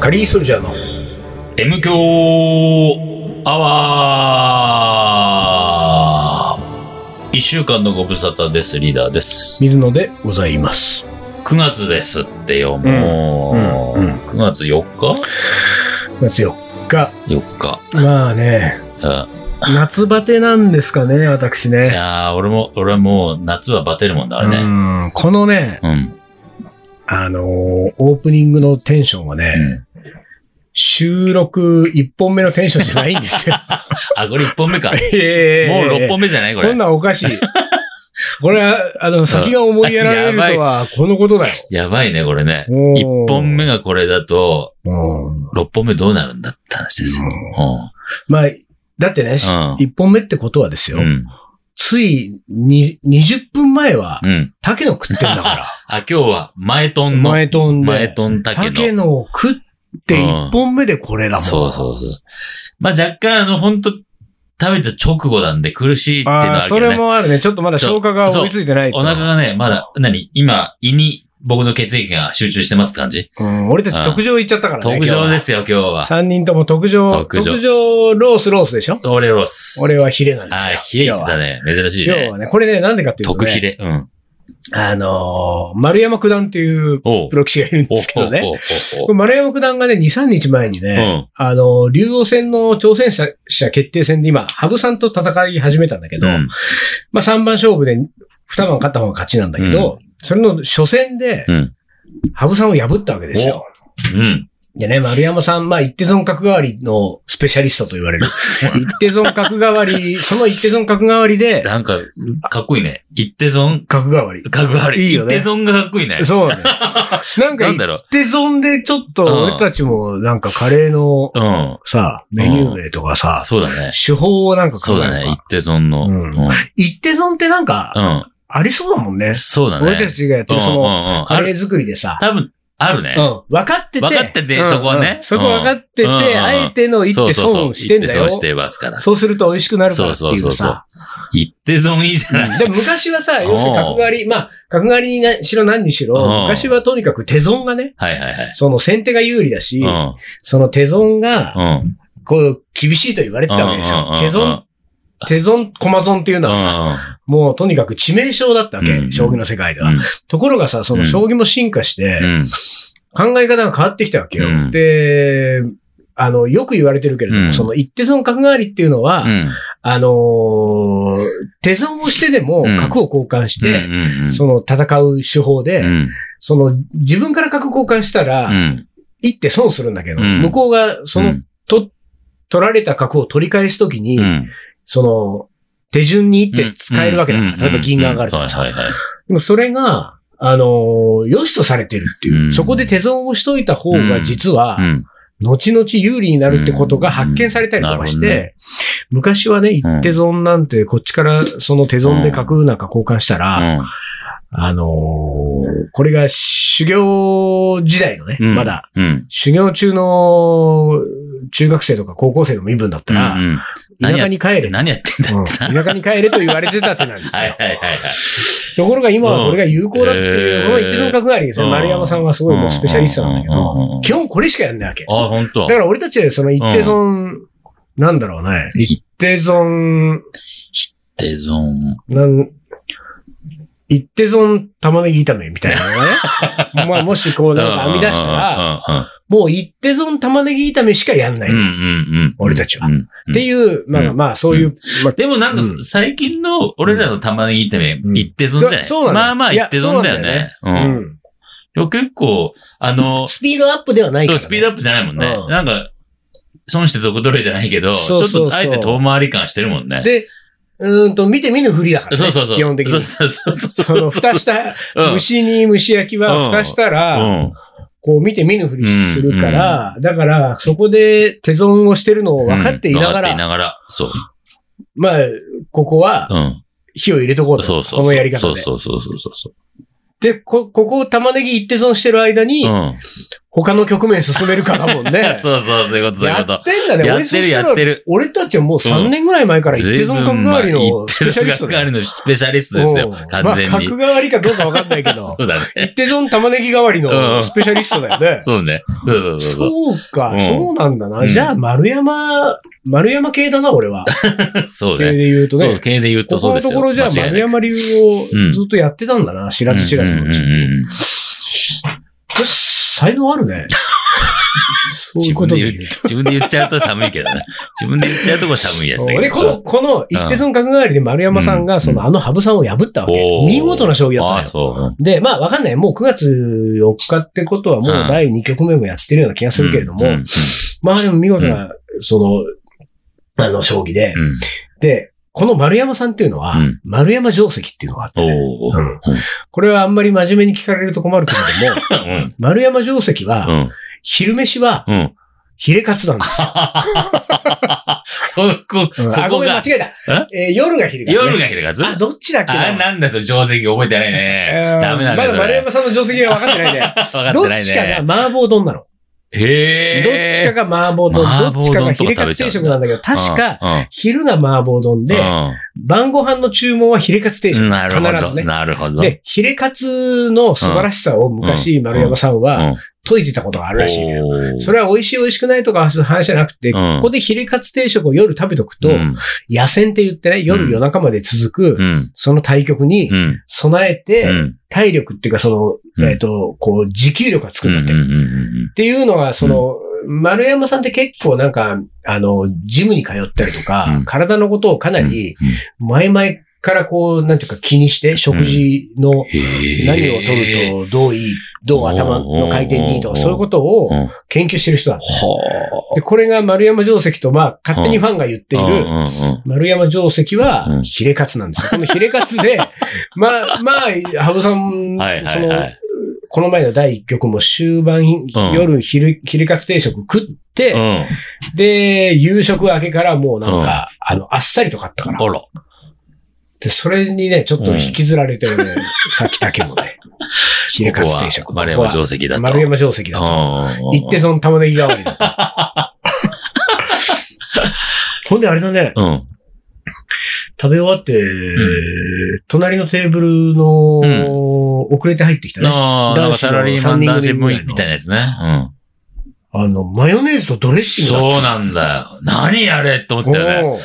カリーソルジャーの M 強アワー一週間のご無沙汰です、リーダーです。水野でございます。 9月ですってよ、もう。うんうん9月4日夏4日。 ?4 日。まあね、うん夏バテなんですかね、私いね。やー、俺も、俺はもう夏はバテるもんだ、あれうね。んこのね、うん。あのーオープニングのテンションはね、うん収録1本目のテンションじゃないんです よ。あ、これ1本目か。もう ええ6本目じゃないここんれ。なんおかしい。これは、あの、先が思いやられるとは、このことだよ。やばいね、これね。おー1本目がこれだと、うん6本目どうなるんだって話ですよ。まあ、だってね、ん一1本目ってことはですうよ、ん。うん。ついに20分前はうん。竹野食ってんだかあ、今日は前トら。ンの。前飛んで。前トン竹の。竹野を食って1本目でこれだもん。そうそうそう。まあ若干あの、本当食べた直後なんで苦しいっていうあのはあ、あるそけどれね。もあるね。ちょっとまだ消化が追いついてないとお腹がね、まだ、何今、胃に僕の血液が集中してますって感じうん、俺たち特上行っちゃったからね。。特上ですすよ、今日は。 3人とも特上、特特上上ロースロースでしょ俺ロース。俺はヒレなんであすあよ。、ヒレってたね。珍しい今日は。今日ね。はね、これね、なんでかっていうと、特ヒね、レ。うん。あのー丸山九段っていうおうプ。ロ棋士がいるんですけどね。おうおうおうこれ丸山九段がね、2、3日前におううね、ん。あの、竜王戦の挑戦者者決定戦で今、羽生さんと戦い始めたんだけど、うんまあ3番勝負で2番勝った方が勝ちなんだけど、それの初戦でうん。羽生さんを破ったわけですよ。うん。でね、丸山さん、まあ一手損角換わりのスペシャリストと言われる。一手損角換わり、 その一手損角換わりで、なんか、かっこいいね。一手損、角換わり。かっこ悪い。いいよ一ね手損がかっこいいね。そうね。なんかなん一だろう。手損でちょっと俺たちもなんかカレーのうん。さ、メニュー名とかさあ、、そうだね。手法をなんかそうだのね。一手損の。ううんん。う一手損ってなんか、ん。ありそうだもんね。そうだね。俺たちがやってるそうんうんの、うんカあレーる。作りでさ、多分、あるねう。ん、分かってて。分かっててうんそこはねうんそこ分かってて、うんうんうんあえての一そう手そうそう損してんだ一手よ損。してますから。そうすると美味しくなるからってそういそううそうさ。一手損いいじゃない。でも昔はさ、うん要するに角刈り、まあ、角刈りになしろ何にしろ、うん昔はとにかく手損がね、はいはいはい。その先手が有利だしう、ん。その手損が、うん。こう、厳しいと言われてたわけですうんうんうよん。うん手損、手損、駒損っていうのはさ、もうとにかく致命傷だったわけ、うん将棋の世界では。うんところがさ、その将棋も進化して、うん。考え方が変わってきたわけよ。うんで、あの、よく言われてるけれども、うんその一手損角換わりっていうのは、うん。あのー手損をしてでもうん角を交換しうて、んうんうんその戦う手法で、うん。その自分から角交換したら、うん。一手損するんだけど、うん向こうがその、うんと取られた角を取り返すときに、うん。その手順に一手使えるわけだから、うん例えば銀が上がるとはかいさはいはい。でもそれが、あのー良しとされてるっていう。うんそこで手損をしといた方が実は、うん。後々有利になるってことが発見されたりとかしうんなるて、ほ昔はね、一手損なんて、こっちからその手損で角なんか交換したら、あのーこれが修行時代のね、うんまだ、。うん。修行中の中学生とか高校生の身分だったうんら、うん田舎に帰れうん。。何やってんだうんって田な。舎に帰れと言われてた手なんですはいよ。 はいはいはい。ところが今はこれが有効だっていう、うんこの一手損角換わりですね。うん丸山さんはすごいもうスペシャリストなんだけうんうんうんうどん、基本これしかやんないわけ。あ、本当だ。から俺たちはその一定損、なんだろうね。一定損、手損。なん、一定損玉ねぎ炒めみたいな のね。まあもしこうなんか編み出したら、ら、もう一定損玉ねぎ炒めしかやんない。うんうんっうんうん。俺たちはうん。うんていう、まあまあそういう、まあでもなんかうん最近の俺らの玉ねぎ炒め、うん一手損じゃない、そうそうなのまあまあいや一手損だよね。うん。うんでも結構、あの、スピードアップではないからね。スピードアップじゃないもんね。うんなんか、損してどこどれじゃないけど、そうそうそうちょっとあえて遠回り感してるもんね。で、うーんと、見て見ぬふりだからね。そうそうそう。基本的そうに。そうそうそう。その、蓋した、うん蒸しに蒸し焼きは蓋したら、うんこう見て見ぬふりするから、だから、そこで手損をしてるのを分かっていながら、分かっていながら。そう。まあ、ここはうん。火を入れとこうと。そうそう。このやり方で。そうそうそうそうそう。で、こ、ここを玉ねぎ一手損してる間に、うん。他の局面進めるかだもんね。 そうそう、そういうこと、そういうやこっと。てんだね。や俺ってるそしたらやってる俺たちはもう3年ぐらい前から一定その角換わりのスペシャリストだだ。よ。りのスペシャリストですうよん。完全まあ、に角。換わりかどうかわかんないけど。 そうだね。一定その玉ねぎ代わりうのんスペシャリストだよね。そうね。そうそうそうそう。そうか、うんそうなんだな。うんじゃあ、丸山、丸山系だな、俺は。そう系でね。言うとそう、ね。系で言うことそこうのですとよ。ころじゃあ、間違い丸ない山流をずっとやってたんだな。知らず知らずのうちうんうんうんうん才能あるね。そういう 自こ分とでで言う言う。自分で言っちゃうと寒いけどね。自分で言っちゃうとこ寒いやつだけど。俺、この、この、一手その角換わりで丸山さんうが、んその、あの羽生さんを破ったわけ。おー見事な将棋だったあのあ、よ。そう。で、まあ、わかんない。もう9月4日ってことは、もう第2局目もやってるような気がするけれどもうん、うんうんまあ、でも見事な、その、あの、将棋で、で、この丸山さんっていうのはうん、丸山定石っていうのがあってね、おーうんこれはあんまり真面目に聞かれると困るけれども、 うん。丸山定石うは、ん。昼飯はうん。ヒレカツなんですよ。そこ、うんそあ、こごめん、間が、違えた。えー夜がヒレカツね。夜が開かずあ、どっちだっけあ、ななんだよそれ、定石覚えてないねえ。ーダメなんだまよだそ丸れ。山さんの定石が分かってないね。ど 分かってっないちかがね。麻婆丼なの。どっへちかえ。が麻婆麻丼、ど婆っちかが丼ヒとか食べレちゃうんだカツ定食なんだけど、確か、か昼が麻婆丼で、晩ご飯の注文はヒレカツ定食。なるほ必ずど。ねなるほど。で、ヒレカツの素晴らしさを昔、丸山さんうはん解いてたことがあるらしいね。おーそれは美味しい美味しくないとかそういう話じゃなくて、んここでヒレカツ定食を夜食べとくとう、ん野戦って言ってね、夜うん夜中まで続く、うん。その対局にうん。備えうて、ん。体力っていうかその、うんえっと、こう、持久力がつくんだって。うんっうんうんていうのが、その、丸山さんって結構なんか、あの、ジムに通ったりとうかん、体のことをかなり、前々からこう、なんていうか気にして、食事のうん何を取るとどういい、どう頭の回転にいいとか、おーそういうことをうん研究してる人なんですはで、これが丸山定石と、まあ、勝手にファンが言っていうんる、丸山定石うは、んヒレカツなんですよ。このヒレカツ で、まあ、まあ、羽生さん、はいはそいはの、い。この前の第一局も終盤、夜ヒレ、ヒレカツ定食食って、うん。で、夕食明けからもうなんか、あの、あっさりと買ったから。あら。で、それにね、ちょっと引きずられて るね、さっきだけもね。ヒレカツ定食。ここは丸山定こ石こだはと。丸山定石だと。行ってその玉ねぎ代わり だと。ほんであれだね、うん。うん。食べ終わって、隣のテーブルの、うん遅れて入ってきたね。ああ、なんかサラリーマン男男子子の三人部組員みたいなやつね。うん。あの、マヨネーズとドレッシングだっそうたなんだよ。何やれって思ったよね。おう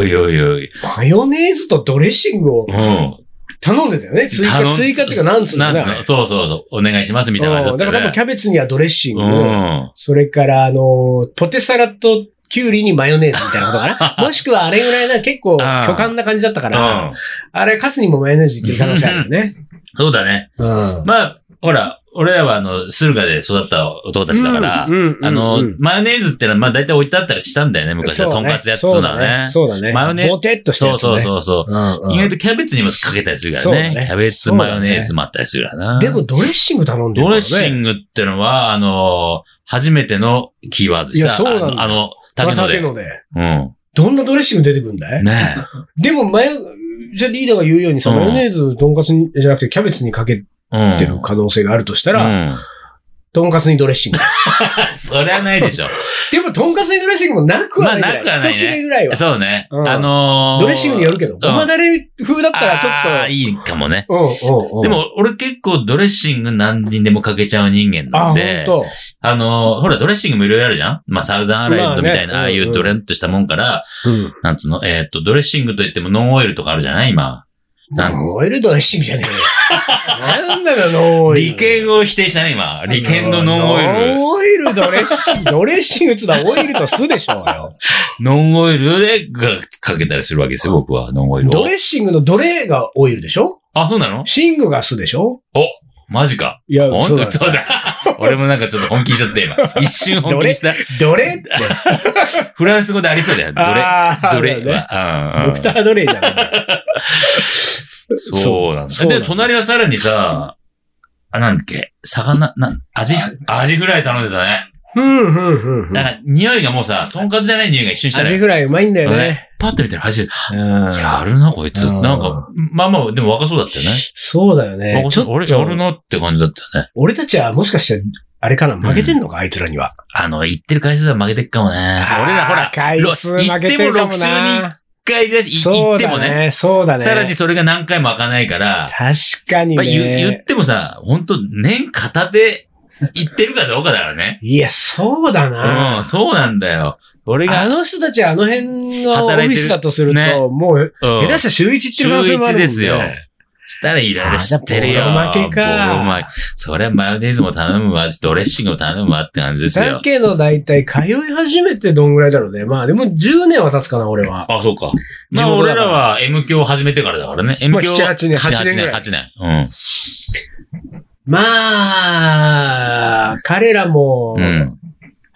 おいおいおい。マヨネーズとドレッシングをうん。頼んでたよね。追頼加、ん追加っていうか、なんつうんだなよんねつうあのれそうそうそう。お願いしますみたいな感じだうっんだたかよら多分ね。キャベツにはドレッシング。うん。それから、あの、ポテサラとキュウリにマヨネーズみたいなこと かな。もしくはあれぐらいな、結構巨あー漢な感じだったかうらん、あれ、カツにもマヨネーズいってる可能性あるよね。そうだね。うん。まあ、ほら、俺らはあの、駿河で育った男たちだからうん、うんあのうん、マヨネーズってのは、まあ大体置いてあったりしたんだよね、昔は。そとうんねかつやつうのはね。そうだね。マヨネーズボテっとしたそやうつね。そうそうそう。うんうん意外とキャベツにもかけたりするかそうだらねね。キャベツマヨネーズもあったりするからな。でも、ドレッシング頼んでるドかレらッね。シングってのは、あの、初めてのキーワードでしいやた。そうなんだよあの、竹野で。ので。うどんなドレッシング出てくんだいん。ねでも、マヨ、じゃあリーダーが言うようにさ、うんマヨネーズ、とんかつにじゃなくてキャベツにかけえ。うん。てる可能性があるとしたら、ら、とんかつにドレッシング。そりゃないでし ょ。でも、とんかつにドレッシングもなくはないぐまあなくはら。ないい一ね切れぐらいは。そうね。うんあのードレッシングによるけど、ごまだれ風だったらちあーょいいかもね。っと、うんうんうん。で、も、俺結構ドレッシング何人でもかけちゃう人間なあ、んほでん、と。あのーほら、ドレッシングもいろいろあるじゃんまあ、サウザンアラインドみたいな、まあああねいうんううんドレッとしたもんから、うん。なんつうの、えーっと、ドレッシングといってもノンオイルとかあるじゃない今。なんノーエルドレッシングじゃねえよ。なんだよ、ノーエル。利権を否定したね、今。利権のノンオイル。ノンオイルドレッシング、ドレッシングっつうのはオイルと酢でしょうよ。ノンオイルでがかけたりするわけですよ、僕は。ノンオイルをド。レッシングのドレがオイルでしょあ、そうなのシングが酢でしょマジか。いや、本そう当だそうだ。俺もなんかちょっと本気にしちゃって、今。一瞬本気にした。ドレって。フランス語でありそうだよ。あードレ。ドレねは。うんうんドクタードレイじゃないんだよ。そうなんそうなだ。んで、だ隣はさらにさ、あ、なんだっけ、魚、な、アジ、アジフライ頼んでたね。うん、うん、うんうん。だから、匂いがもうさ、とんかつじゃない匂いが一瞬したアジね。フライうまいんだよあのね。ねパッと見たら初めて、うんやるな、こいつ。うんなんか、まあまあ、でも若そうだったよね。そうだよね。若ちそょう俺、っやると、なって感じだったよね。俺たちはもしかして、あれかな負けてんのか、あいつらには。あの、言ってる回数は負けてっかもね。俺らほら、回数負けてるかもな。言っても6週に一回だし、い言そうってもだね。ね。そうだね。さらにそれが何回も開かないから、確かにまあ、言言っね。てもさ、本当年片手言ってるかどうかだからね。いや、そうだな。うん、そうなんだよ。俺あが、の人たちはあの辺のオフ働いてるィスだとすると、ねもう、うん下手したら週一っていう可能週性もあるも一ん、ね。ですよ。したらいろいろ知ってあるよ。じゃあボロ負けかボロ負けそりゃマヨネーズも頼むわ、ドレッシングも頼むわって感じですだよ。けど大体通い始めてどんぐらいだろうね。まあでも10年は経つかな、俺は。あ、そうか。地まあ、元だか俺ららは M 教を始めてからだからね。M 教。まあ7 8年8年ぐらい8年。うん。まあ、彼らも、うん。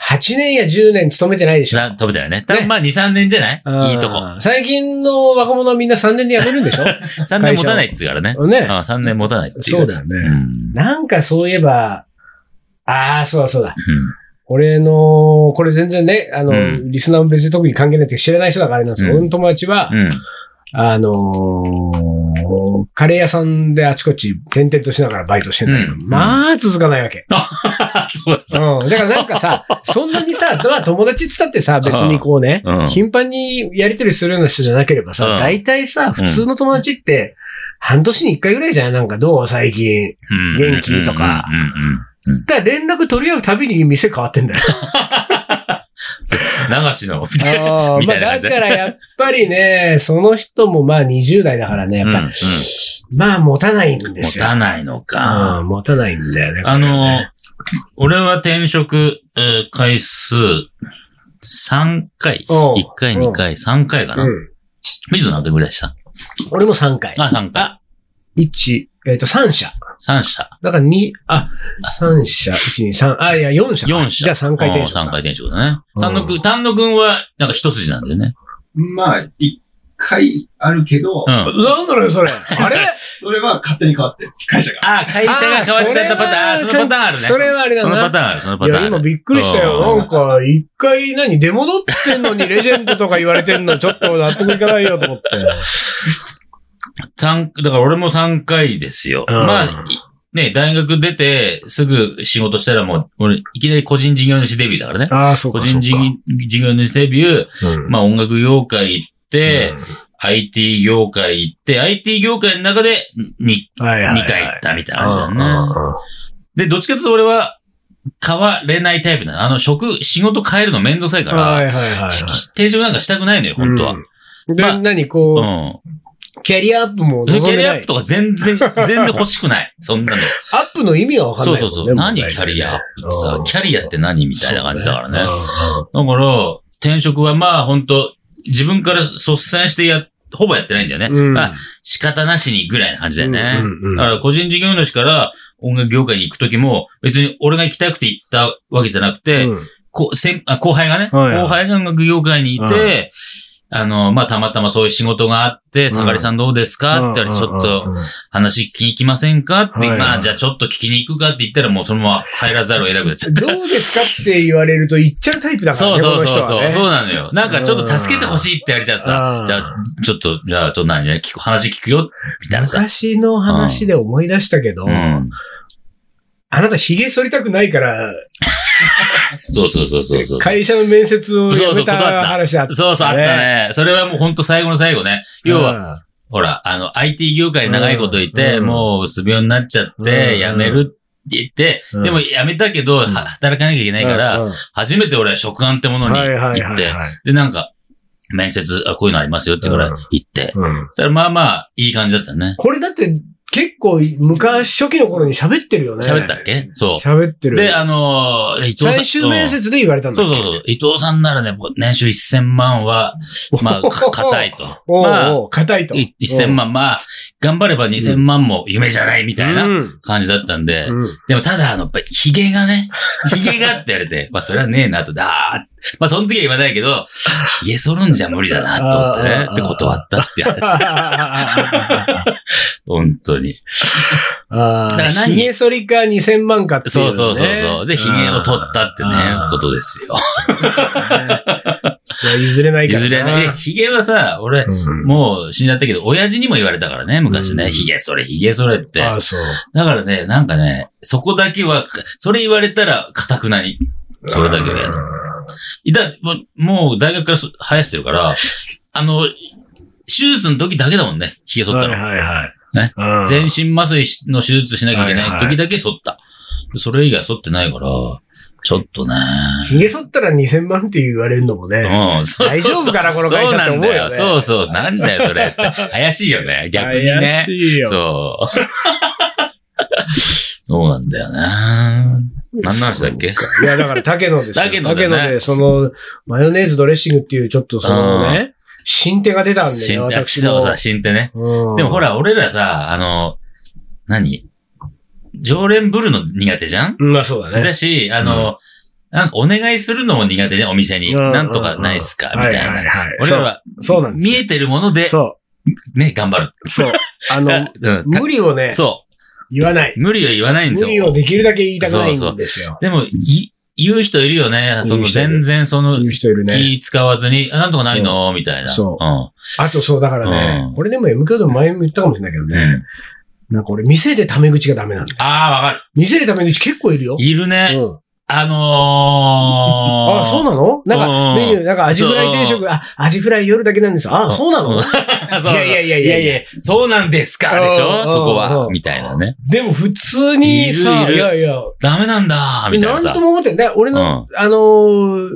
8年や10年勤めてないでしょ。な、飛べたよね。多分まあ2、3年じゃないいいとこ。うん。最近の若者はみんな3年で辞めるんでし ょ3年持たないっつうからね。ね。あ3年持たないっていう。そうだよね。うん。なんかそういえば、ああ、そうだそうだ。俺の、これ全然ね、あの、うんリスナーも別に特に関係ないって知らない人だからあれなんですけど、うん俺の友達は、 うん。うん。あのーカレー屋さんであちこち転々としながらバイトしてんだけど、うんまあ続かないわけ。そうだ。うん。だからなんか さ、そんなにさ、まあ友達っつったってさ、別にこうね、うん頻繁にやりとりするような人じゃなければさ、うん大体さ、普通の友達って、半年に一回ぐらいじゃないなんかどう最近。うん元気とか。うんうんうん。だから連絡取り合うたびに店変わってんだよ。流しの。あーみまたあだいな感じでからやっぱりね、その人もまあ20代だからね、やっぱ、うんうんまあ持たないんで持すよ。たないのか。ああ、持たないんだよね。あの、俺は転職、えー回数、3回。の1回、2回、3回かな。うん。水野なんてぐらいした俺も3回。あ、3回。 1、えっ、と、3社。 3社。だから2、あ、3社、1、2、3、あ、いや、4社か。 4社。じゃあ3回転職か。うん3回転職だね。うん丹野くん、丹野くんは、なんか一筋なんだよね。まあ、一回あるけどう、ん。あなんだろう、それ。あれそれは勝手に変わってる、会社が。あ、会社が変わっちゃったパターン、あーそのパターンあるね。それはあれだそのパな。ターンある、そのパいターンあや、る。今びっくりしたよ。うんなんか、一回何、出戻ってんのにレジェンドとか言われてんの、ちょっと納得いかないよと思って。三、だから俺も3回ですよ。うんまあ、いね、大学出て、すぐ仕事したらもう、俺、いきなり個人事業主デビューだからね。ああ、そう個か。人事事業主デビュー、うん、まあ音楽業界行っあて、IT 業界行って、IT 業界の中で2、はいはい、はい。二回行ったみたいな感じだよね。うんうんうんで、どっちかというと俺は、変われないタイプなの。あの、職、仕事変えるのめんどくさいから、はいはいはいはい。し転職なんかしたくないのよ、本当は。うん。で、まあ何こうう、キャリアアップもん。望んキャでリアなアッいプ。とか全然、全然欲しくない。そんなの。アップの意味がわかんそなういそもんね。うそう。何キ問題ャリアアップってうさん、キャリアって何みたいな感じだからね。だかそら、転職はまあ本当自分から率先してや、ほぼやってないんだよね。うねうん。まあ、仕方なしにぐらいな感じだよね。うんうんうんだから個人事業主から音楽業界に行くときも、別に俺が行きたくて行ったわけじゃなくて、うんこ先あ後輩がね、はいはい後輩が音楽業界にいて、うあの、まあ、たまたまそういう仕事があっんて、さかりさんどうですかって言ったら、ちょっうんとうんうん話聞きに行きませんかって、はいはいまあ、じゃあちょっと聞きに行くかって言ったら、もうそのまま入らざるを得なくな っちゃった。どうですかって言われると言っちゃうタイプだからそうね、こそのう人そうはそう、ね。そうなのよ。なんかちょっと助けてほしいってやりちゃっうてさん、じゃあ、ちょっと、じゃあ、ちょっと何、聞く話聞くよ、みたいなさ。昔の話で思い出したけど、うん。あなた髭剃りたくないから、そうそうそうそうそう。会社の面接をやそうそめう断たった話あったね。そうそう、あったね。それはもうほんと最後の最後ね。要は、は、ほら、あの、IT 業界に長いこといて、うんもう、す病になっちゃっうんて、辞めるって言って、うんでも辞めたけど、は働かなきゃいけないから、うんうん初めて俺は職安ってものにはいは行っいはいて、はいで、なんか、面接、あ、こういうのありますよって言うからうん行って、うんそしたらまあまあ、いい感じだったね。これだって結構昔初期の頃に喋ってるよね。喋ったっけそ喋ってう。る。で、あのー伊藤さん。最終面うん接で言われたんだそっうけ。そうそう。伊藤さんならね、もう年収1000万 は、まあ、か硬いと。おうまあおう硬いと。い1000万、まあ、頑張れば2000万も夢じゃないみみたいな 感じだった んで、でもただ、あの、やっぱりヒゲがね、ヒゲがって言われて、まあそれはねえなと、だーっまあ、その時は言わないけど、家ソルンじゃ無理だな、と思ってねあ。ーで、断ったっていう 話。あ本当に。だからあ、何ひげ剃りか2000万かっていう、そね。うそうそうそう。で、髭を取ったってねあ、ーことですよ。それは譲れないから譲れない。で、髭はさ、俺、うんもう死んじゃったけど、親父にも言われたからね、昔うね。ん髭それ、髭それって。ああ、そう。だからね、なんかね、そこだけは、それ言われたら、かたくなに。それだけはやだ。だもうもう大学からそ生やしてるから、あの、手術の時だけだもんね、髭剃ったの。はいはいはい。ねうん全身麻酔しの手術しなきゃいけはないいはい時だけ剃った。それ以外剃ってないから、ちょっとね。ひげ剃ったら2000万って言われるのもね。うん、そ う大丈夫かな、このそ会う社っなて思んうだよ、よ。ね。そうそう。なんだよ、そ れって。怪しいよね。逆に怪。ねしいよ。そう。そう なんだよな。何の話だっけいや、だから、竹野ですよ。竹野だねで、その、マヨネーズドレッシングっていう、ちょっとそのうね、新手が出たんで新ね、手、私そうも。さ、新手ね。うんでもほ、ら、俺らさ、あの、何常連ぶるの苦手じゃんうんまあそうだね。だし、あの、なんかお願いするのも苦手じゃん、お店に。うんなんとかないっすか、みたいはな。いはいはい。俺らはそうそうなんです見えてるもので、そね、頑張る。う、そう。あ の、うん無理をね、そ。。言わないう無理を言わないんです無よ。理をできるだけ言いたくないんですよ。でも、い言う人いるよね。そ言うの人いる全然その言う人いるね。気使わずに、あ、なんとかないのみたいな。そうん。あとそう、だからねう、んこれでも MK でも前も言ったかもしれないけどうねん、なんか俺、店でタメ口がダメなんだよ。ああ、わかる。店でタメ口結構いるよ。いるね。うん。あのー。 あ、そうなのなんうか、んメニュー、なんかアジフライ定そ食、あ、アジフライ夜だけなんですよ。あ、そうなの うんいそうやいやいやいやいや、そうなんですかでしうんょそこはう。んみたいなね。でも普通にさ、いるいるやいや、ダメなんだみたいななんさと。も思ってない。俺うの、ん。あのー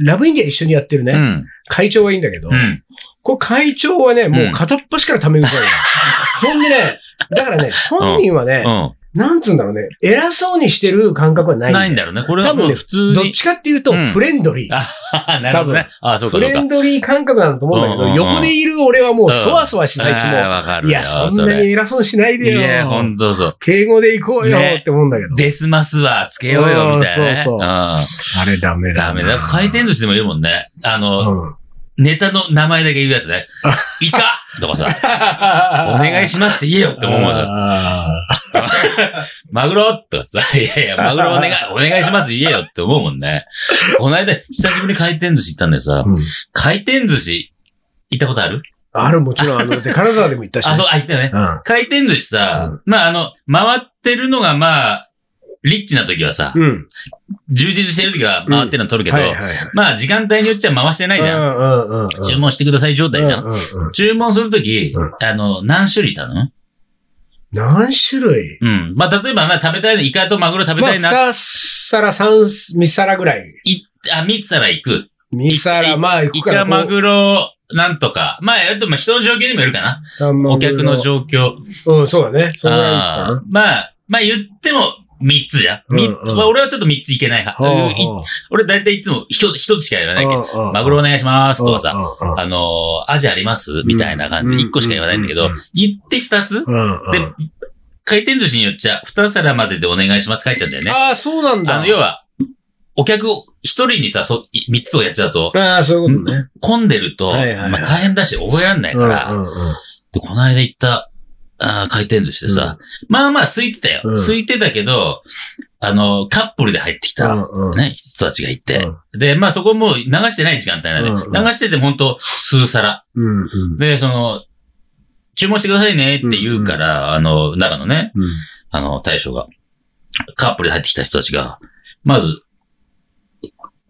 ラブインディア一緒にやってるね、うん。会長はいいんだけど、うん。これ会長はね、もう片っ端からタメ 口だよ。ほんでね、だからね、本人はね、なんつうんだろうね、偉そうにしてる感覚はう。なんい。ないんだろうね。これ多は分ねもう普通どっに。ちかっていうと、うんフレンドリー。 あなるほどね。あ、そうかフそうレか。ンドリー感覚なんだと思うんだけど、うんうんうん横でいる俺はもうそわそわしさいつも。あわかるいよや、そそんなにれ。偉そうにしないいでよ。や、ほんとそう。敬語で行こうよねって思うんだけど。デスマスはつけようよ、みたいなね。うんそうそううあれダメん。ダメだ。回転寿司でもいるもんね。あの、うん。ネタの名前だけ言うや つね。イカとかさ、おお願いししますって言えよって思うもんだ。マグロとかさ、い やいや、マグロお 願い、お願いします、言えよって思うもんね。この間、久しぶりに回転寿司行ったんだよさ、回転寿司、行ったことあるある、もちろん、あの、だって金沢でも行ったしね。あ、そう、あ、行ったよね。うん回転寿司さ、まあ、あの、回ってるのがまあ、リッチな時はさ、うん。充実してる時は回ってるの取るけど、はいはいはい。まあ、時間帯によっちゃ回してないじゃん。うんうんうん。注文してください状態じゃ。うんんうんうん注文するときうん、あの、何種類頼む何種類うん。まあ、例えば、まあ、食べたいの、イカとマグロ食べまあ、たいな。二皿、三、三皿ぐらい。いあ、3皿行く。二皿、まあ、行イくから。カ、マグロ、なんとか。まあ、えっと、まあ、人の状況にもよるかな。お客の況。状況。うん、そうだね。そんぐらい行くかあなーまあ、まあ言っても3つじゃうん。んうん三つ。まあ、俺はちょっと3ついけない派。ほういほう俺大体いつも 1, 一つしか言わないけど、うんうんマグロお願いしますとかさ、うんうんあのーアジありますみたいな感じで1個しか言わないんだけうんどうんうん、言って2つうんうんで、回転寿司によっちゃ2皿まででお願いします書いてあるんだよね。ああ、そうなんだ。あの、要は、お客を1人にさ、3つをやっちゃうと、ああ、そういうことね。混んでると、はいはいはいまあ大変だし覚えらんないから、うんうんうんで、この間行った、あー回転寿司でさ、まあまあ空いてたよ。うん空いてたけど、あの、カップルで入ってきた、ね、うんうん人たちがいて。で、まあそこもう流してない時間帯なんで、うんうん流しててもほんと数皿。うんうんで、その、注文してくださいねって言うから、あの、中のね、うんあの、大将が、カップルで入ってきた人たちが、まず、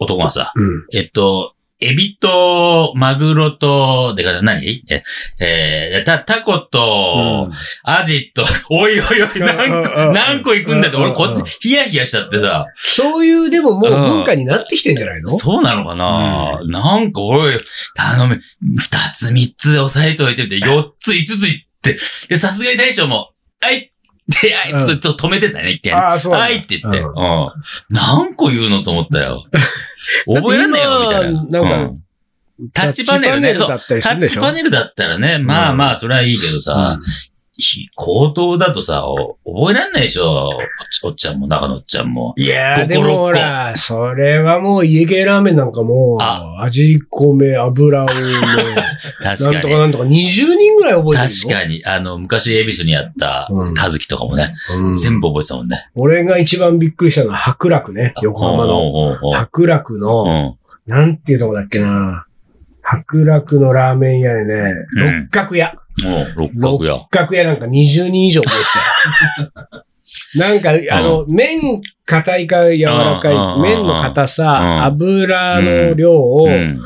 男がさ、うんえっと、エビと、マグロと、でから何え、えーた、タコと、アジと、 おいおいおい、何個うんうんう、ん何個行くんだって、うんうん俺こっち、ヒヤヒヤしちゃってさ、そういう、でももう文化になってきてんじゃないのそうなのかななんか俺、頼む、二つ三つ押さえておいてって、四つ五つ行って、で、さすがに大将も、はいで、あいうんつ、ちょっと止めてたね、一件。ああ、そうなんだ。はいって言って、ううんん。何個言うのと思った よ。覚えらんねえよ、みたいな。だって今なんかうんタッチパネルね。タそうッチパネルだったりタするんッでしチょパネルだったらね、まあまあ、それはいいけどさ、ひ口頭だとさ、お覚えらんないでしょ。おっちおっちゃんも中野おっちゃんも。いやー、 5でもほら、それはもう家系ラーメンなんかもあう、味米、油をね、 確なんかとにか。なんとか20人ぐらい覚え確てるよ。かに、あの、昔恵比寿にあったうん、和樹とかもね、うん全部覚えてたもんね。俺が一番びっくりしたのは白楽ね、横浜の。おうおうおうおう白楽の、うんなんていうとこだっけな。白楽のラーメン屋でね、うん六角屋。おう六角や。六角屋なんか20人以上覚えてた よ。なんか、あの、麺硬いか柔らかうんい、麺の硬さ、う油の量を、うん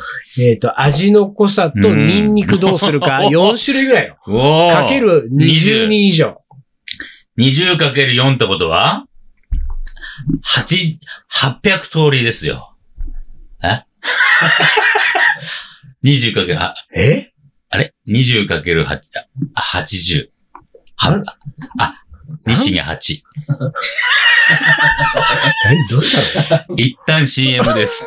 えっと、味の濃さとニンニクどうするか、 うん4種類ぐらいよ。かかけ。る20人以上。 20かける4ってことは、8、800通りですよ。え ?20 かける、あえあれ ?20 かける8、あ80。は、あ、西が8。何どうしたの一旦 CM です。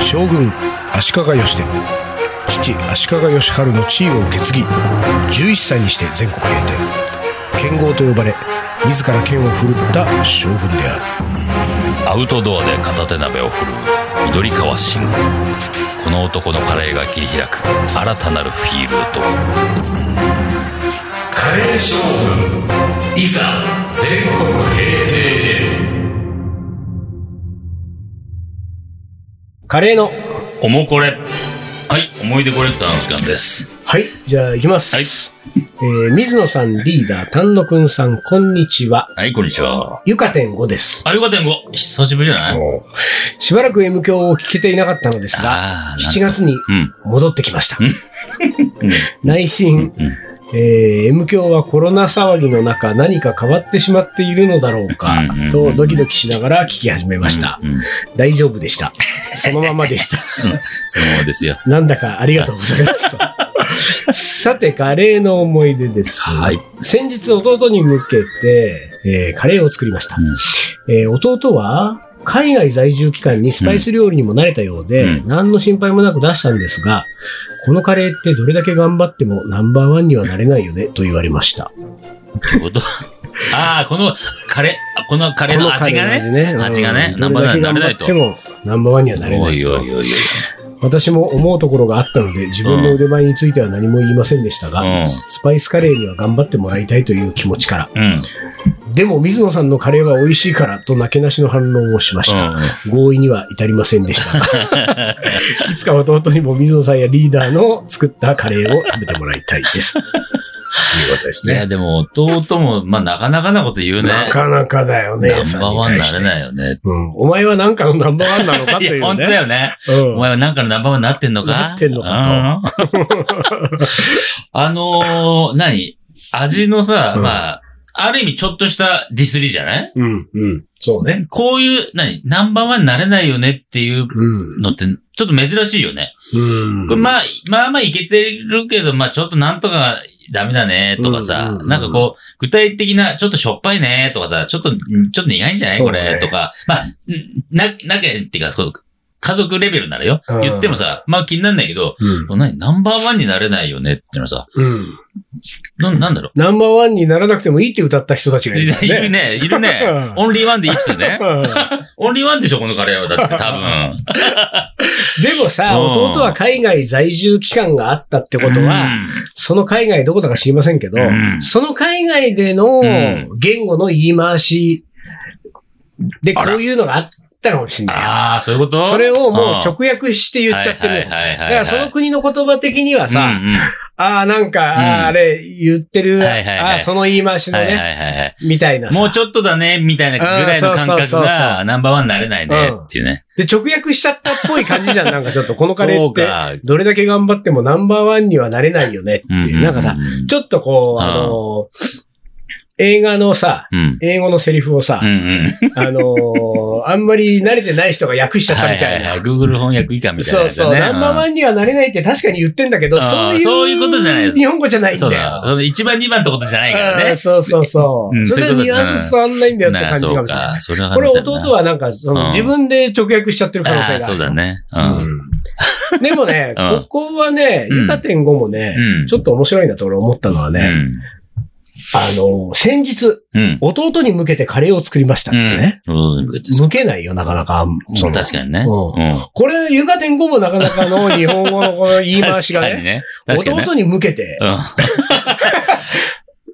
将軍足利義輝父足利義晴の地位を受け継ぎ11歳にして全国平定剣豪と呼ばれ自ら剣を振るった将軍であるアウトドアで片手鍋を振るう、緑川慎吾。この男のカレーが切り開く、新たなるフィールド。カレー将軍いざ全国平定カレーの。おもこれ。はい、思い出コレクターの時間です。はい、じゃあ行きます。はいえー水野さんリーダー、丹野くんさん、こんにちは。はい、こんにちは。ゆかてん5です。あ、よかったよ、久しぶりじゃないしばらく M 響を聞けていなかったのですが、あ7月にうん。戻ってきました。 うん内心、うんえー M 響はコロナ騒ぎの中何か変わってしまっているのだろうかうんうんうん、とドキドキしながら聞き始めました。うんうん大丈夫でした。そのままでした。そのそのままですよ。なんだかありがとうございます と。さて、カレーの思い出です。はい。先日弟に向けて、えーカレーを作りました。えー弟は、海外在住期間にスパイス料理にも慣れたようで、うん何の心配もなく出したんですが、このカレーってどれだけ頑張ってもナンバーワンにはなれないよね、と言われました。ってこと ああ、このカレー、あこのカレーの味がね。ね味がねうんどれだけ頑張ってもナンバーワンにはなれおないいとおいおいおい。私も思うところがあったので、自分の腕前については何も言いませんでしたうが、スパイスカレーには頑張ってもらいたいという気持ちから、ん。うん。でも水野さんのカレーは美味しいからとなけなしの反論をしました。合意には至りませんでした が。いつか弟にも水野さんやリーダーの作ったカレーを食べてもらいたいです。 ということですうん、いね。や、でも、弟も、まあ、なかなかなこと言うね。なかなかだよね。ナンバーワンになれい。ないよね。うん。お前は何かのナンバーワンなのかといいや、う本当だね。よね。うん。お前はなんかのナンバーワンになってんのかなってんのかと。あのー、何味のさ、うんまあ、ある意味ちょっとしたディスりじゃないうん。うん。そうね。こういう、何ナンバーワンになれないよねっていううん。のって、ちょっと珍しいよね。うん。これまあ、まあまあいけてるけど、まあちょっとなんとかダメだねとかうんさうん、うんなんかこう、具体的な、ちょっとしょっぱいねとかさ、ちょっと、んちょっと苦いんじゃないそうこねれとか、まあ、んな、なきゃっていうか、こう家族レベルならようん。言ってもさ、まあ気になんないけど、うん。何ナンバーワンになれないよねっていうのはさ、うん。な、なんだろうナンバーワンにならなくてもいいって歌った人たちがいるかいらるね。ね、いるね。オンリーワンでいいっつう ねう。んオンリーワンでしょ、このカレーは。だって多分。でもさ、うん弟は海外在住期間があったってことは、その海外どこだか知りませんけど、うんその海外でのん言語の言い回しで、こあらういうのがあったのかもしれない。ああ、そういうことそれをもう直直訳して言っちゃってるの。だはいはいはいはいからその国の言葉的にはさ、うんうんああ、なんか、あうんーあれ言ってる、はいはいはいああ、その言い回しのはいはいね、はいはい。みたいなさ。もうちょっとだね、みたいなぐらいの感うんそう覚そうそうそがナンバーワンになれないね、っていうね。で、直訳しちゃったっぽい感じじゃん。なんかちょっとこのカレーそうって、か。どれだけ頑張ってもナンバーワンにはなれないよねっていう。なんかさ、うううちょっとこうう、んあの映画のさ、うん。英語のセリフをさう、んうん。あのー、あんまり慣れてない人が訳しちゃったみたいな。はいはいはい。Google 翻訳以下みたいなそうやつそだう、ね。ナンバーワンにはなれないって確かに言ってんだけど、うんそういう、そういうことじゃない日本語じゃないんそうだだ。よ。その1番2番ってことじゃないからあーね。そうそうそう。うんそれそうでいうニュことアンス伝わんないんだよってなあ感じそがうみたいなか。それはこれ弟はなんか、そうんの自分で直訳しちゃってる可能あ性あ、があそうる。だね。うん。うんでもね、うんここはね、うんゆか点5もね、うん。ちょっと面白いなと俺思ったのはね、あの、先日、うん。うん。弟に向けてカレーを作りましたってね。うん。向けないよ、なかなか。その確かにね。うんうん。これ、ゆか点5もなかなかの日本語のこの言い回しが確かにね、ね。確かにね。弟に向けて、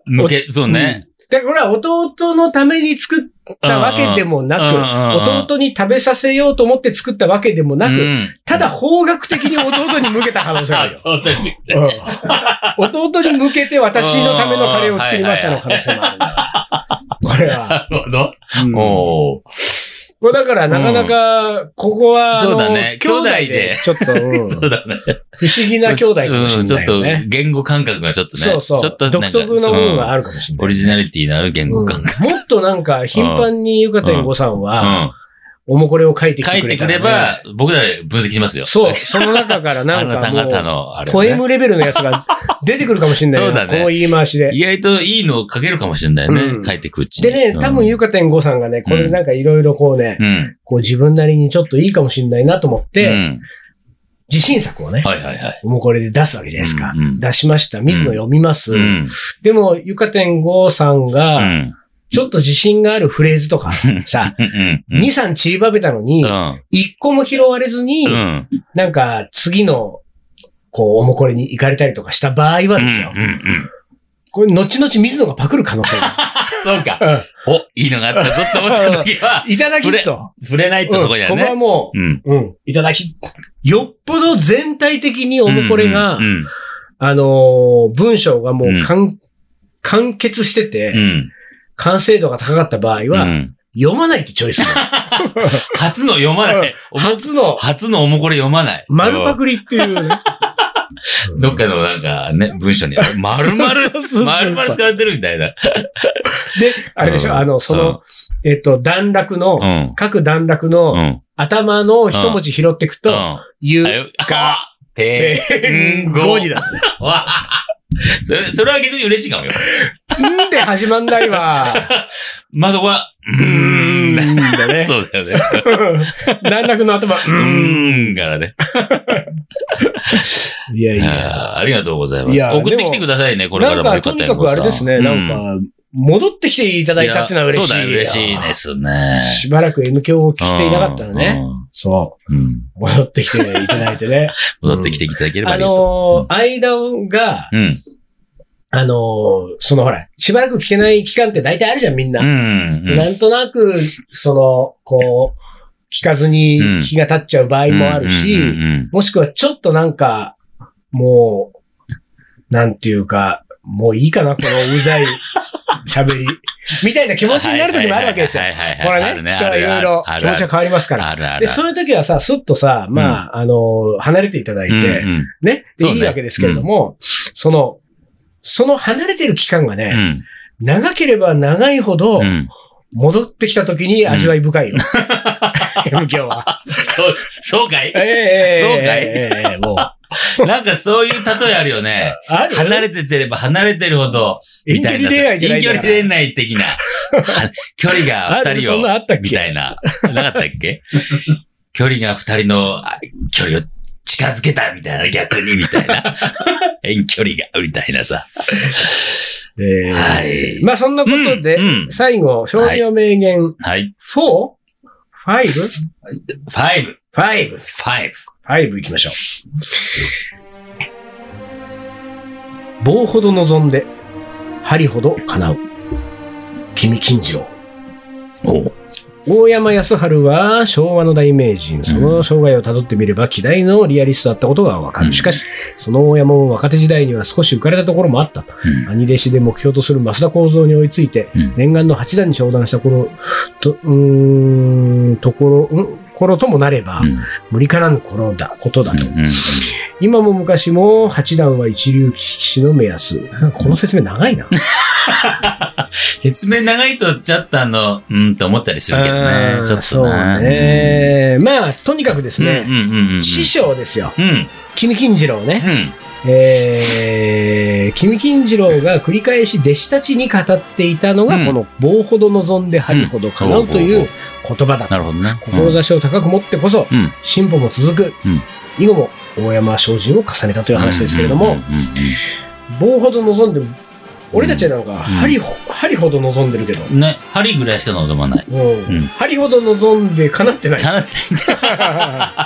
うん。向け、そうね。だからこれは弟のために作ったわけでもうんうんなうんうんく、弟に食べさせようと思って作ったわけでもなうく、んただ方角的に弟に向けた可能性がある あよ。そうだね。うん弟に向けて私のためのカレーを作りましたの可能性もあるん だよ。これは。なるほど。うんおーこれだからなかなか、ここは、あのそうだね兄弟で、ちょっと、うんそうだね。不思議な兄弟かもしれないようんちょっねと。言語感覚がちょっとね。そうそう。ちょっと独特なものがある。あるかもしれオない。リジナリティのある言う語んも感覚。っとなんか、頻繁にゆかてんごさんうは、ん。おもこれを書いてき書ていくてれたくらねれば、僕ら分析しますよ。そう、その中からあなんなたかも方う、の、あれね。ポエムレベルのやつが出てくるかもしれないよ。そうだねこの言い回しで。意外といいのを書けるかもしれないね。うん書いてくうちに。でね、多分ゆかてんごさんがね、これなんかいろいろこうね、うん。うん。こう自分なりにちょっといいかもしれないなと思って、うん自信作をね、はいはいはい。もうこれで出すわけじゃないですか。うんうん出しました。水野読みます。うん。でも、ゆかてんごさんうが、ん。ちょっと自信があるフレーズとか、さ、うん。 2、3散りばめたのにう、ん。 1個も拾われずにう、ん。なんか、次の、こう、おもこれに行かれたりとかした場合はですようん。うんうんこれ、後々水野がパクる可能性が。そうか。お、いいのがあったぞって思った時は、いただきっと。触れないってとこじうゃんここはね。もうん。う、うん、いただき。よっぽど全体的におもこれがうんう、んあのー文章がもうかん、完結してうん。て、うん完成度が高かった場合うは、ん読まないってチョイ ス。初の読まない。おも初の、初のおもこれ読まない。丸パクリっていうね。どっかのなんかね、文章に、丸々 そうそうそうそう丸々使われてるみたいな。で、あれでしうんょあの、その、えっと、段落のう、ん。各段落うのん。頭の一文字拾ってくと、ゆうん。 あ、よか、て、てんんごごにだ。わそれ、それは逆に嬉しいかもよ。んで始まんないわ。窓は、ううーん。んだね。そうだよね。 段落の頭、う。うんーんからね。いやいや。あーありがとうございまいす。や送ってきてくださいね、これかならんもか、よとかっにたかよ。くあれですね、なんうん、か、戻ってきていただいたっていうのは嬉しい。そうだね、嬉しいで。すね。しばらく M 響を聞いていなかったらね。そうん。うん。う。戻ってきていただいてね。戻ってき ていただければあありがとのー間が、う。うん。あのーそのほら、しばらく聞けない期間って大体あるじゃん、みんな。うん。うんなんとなく、その、こう、聞かずに気が立っちゃう場合もあるし、うんうんもしくはちょっとなんか、もう、なんていうか、もういいかな、このうざ い喋り。みたいな気持ちになる時もあるわけですよは。いはいこはいはいはい。れね、人はいろいろあ気る持あちがる変わりますから。あるある。で、そういう時はさ、すっとさ、まあ、あのー離れていただいて、うんうんね。で、そうねいいわけですけれども、その、その離れてる期間がね、長ければ長いほどうん。う、ん。戻ってきた時に味わい深いよ。今日は。そう、そうかいええそうかいええええええもう。なんかそういう例えあるよね。ある離れててれば離れてるほど、み遠距たい離な。恋愛じゃないんだか遠距ら離恋愛的な。は距離があ二る人そんなを、あったっみけたいな。なかったっけ 距離が二人の、あ距離を近づけたみたいな、逆にみたい な。遠距離が、みたいなさ。ええはいまあそんなことで、うんうん最後、商業名言はい。 4?5?5? ファイブ。ファイブ。 5いきましょう。棒ほど望んで、針ほど叶う。君金次郎。おう大山康晴は昭和の大名人。その生涯をたどってみれば、希代のリアリストだったことがわかうんる。しかし、その大山も若手時代には少し浮かれたところもあった。兄弟子で目標とする増田幸三に追いついて、うん念願の八段に昇段した頃、と、うーん、ところ、うん、頃ともなれば、うん無理からぬ頃だ、ことだと。うんうん 今も昔も八段は一流棋士の目安。なんかこの説明長いな。説明長いとちょっとあの、うんと思ったりするけどねう。んちょっそとうな。ね。まあ、とにかくですうんね、うんうんうんうん。師匠ですよ。うん。君金次郎ね。えー、君金次郎が繰り返し弟子たちに語っていたのが、うんこの棒ほど望んで針ほど叶うという言葉だなるほどね。うん志を高く持ってこそ、うん進歩も続く、うん以後も大山精進を重ねたという話ですけれどうもんう、んうんうん棒ほど望んでも、俺たちなんか針,、針ほど望んでるけど、ね、針ぐらいしか望まない。もううん針ほど望んで叶って ない。叶ってな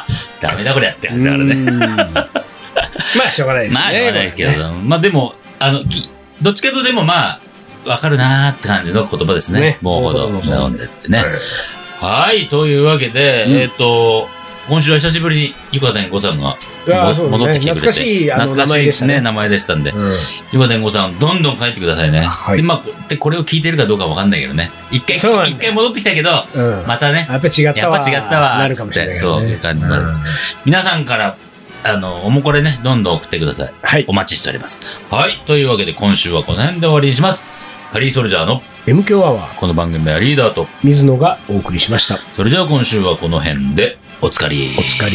い。ダメだこれやって話あれね。うんまあ、しょうがないですね。まあ、しょうがないけこど、まあでも、あの、きどっちかというとでもまあ、わかるなーって感じの言葉ですねね。もうほど、もうほど飲んでってね。はい、というわけで、うんえっと、今週は久しぶりにゆかたんごさんがれはねああそう戻ってきてくれて、懐かしいあの名懐かし前いでしたね。名前でしたんで、うんゆかたんごさん、どんどん帰ってくださいね。はいで、まあ、こでこれを聞いてるかどうかわかんないけどね。一回、そうなんだ一回戻ってきたけど、うんまたね、やっぱ違ったやっわ。ぱ違ったわ、なるかもしれないつかっらてそうね、いう感じなんです。皆さんから、あの、おもこれね、どんどん送ってください。はい。お待ちしております。はい。というわけで今週はこの辺で終わりにします。カリーソルジャーの M 強アワー、この番組はリーダーと、水野がお送りしました。それじゃあ今週はこの辺でおつかり。お疲れ。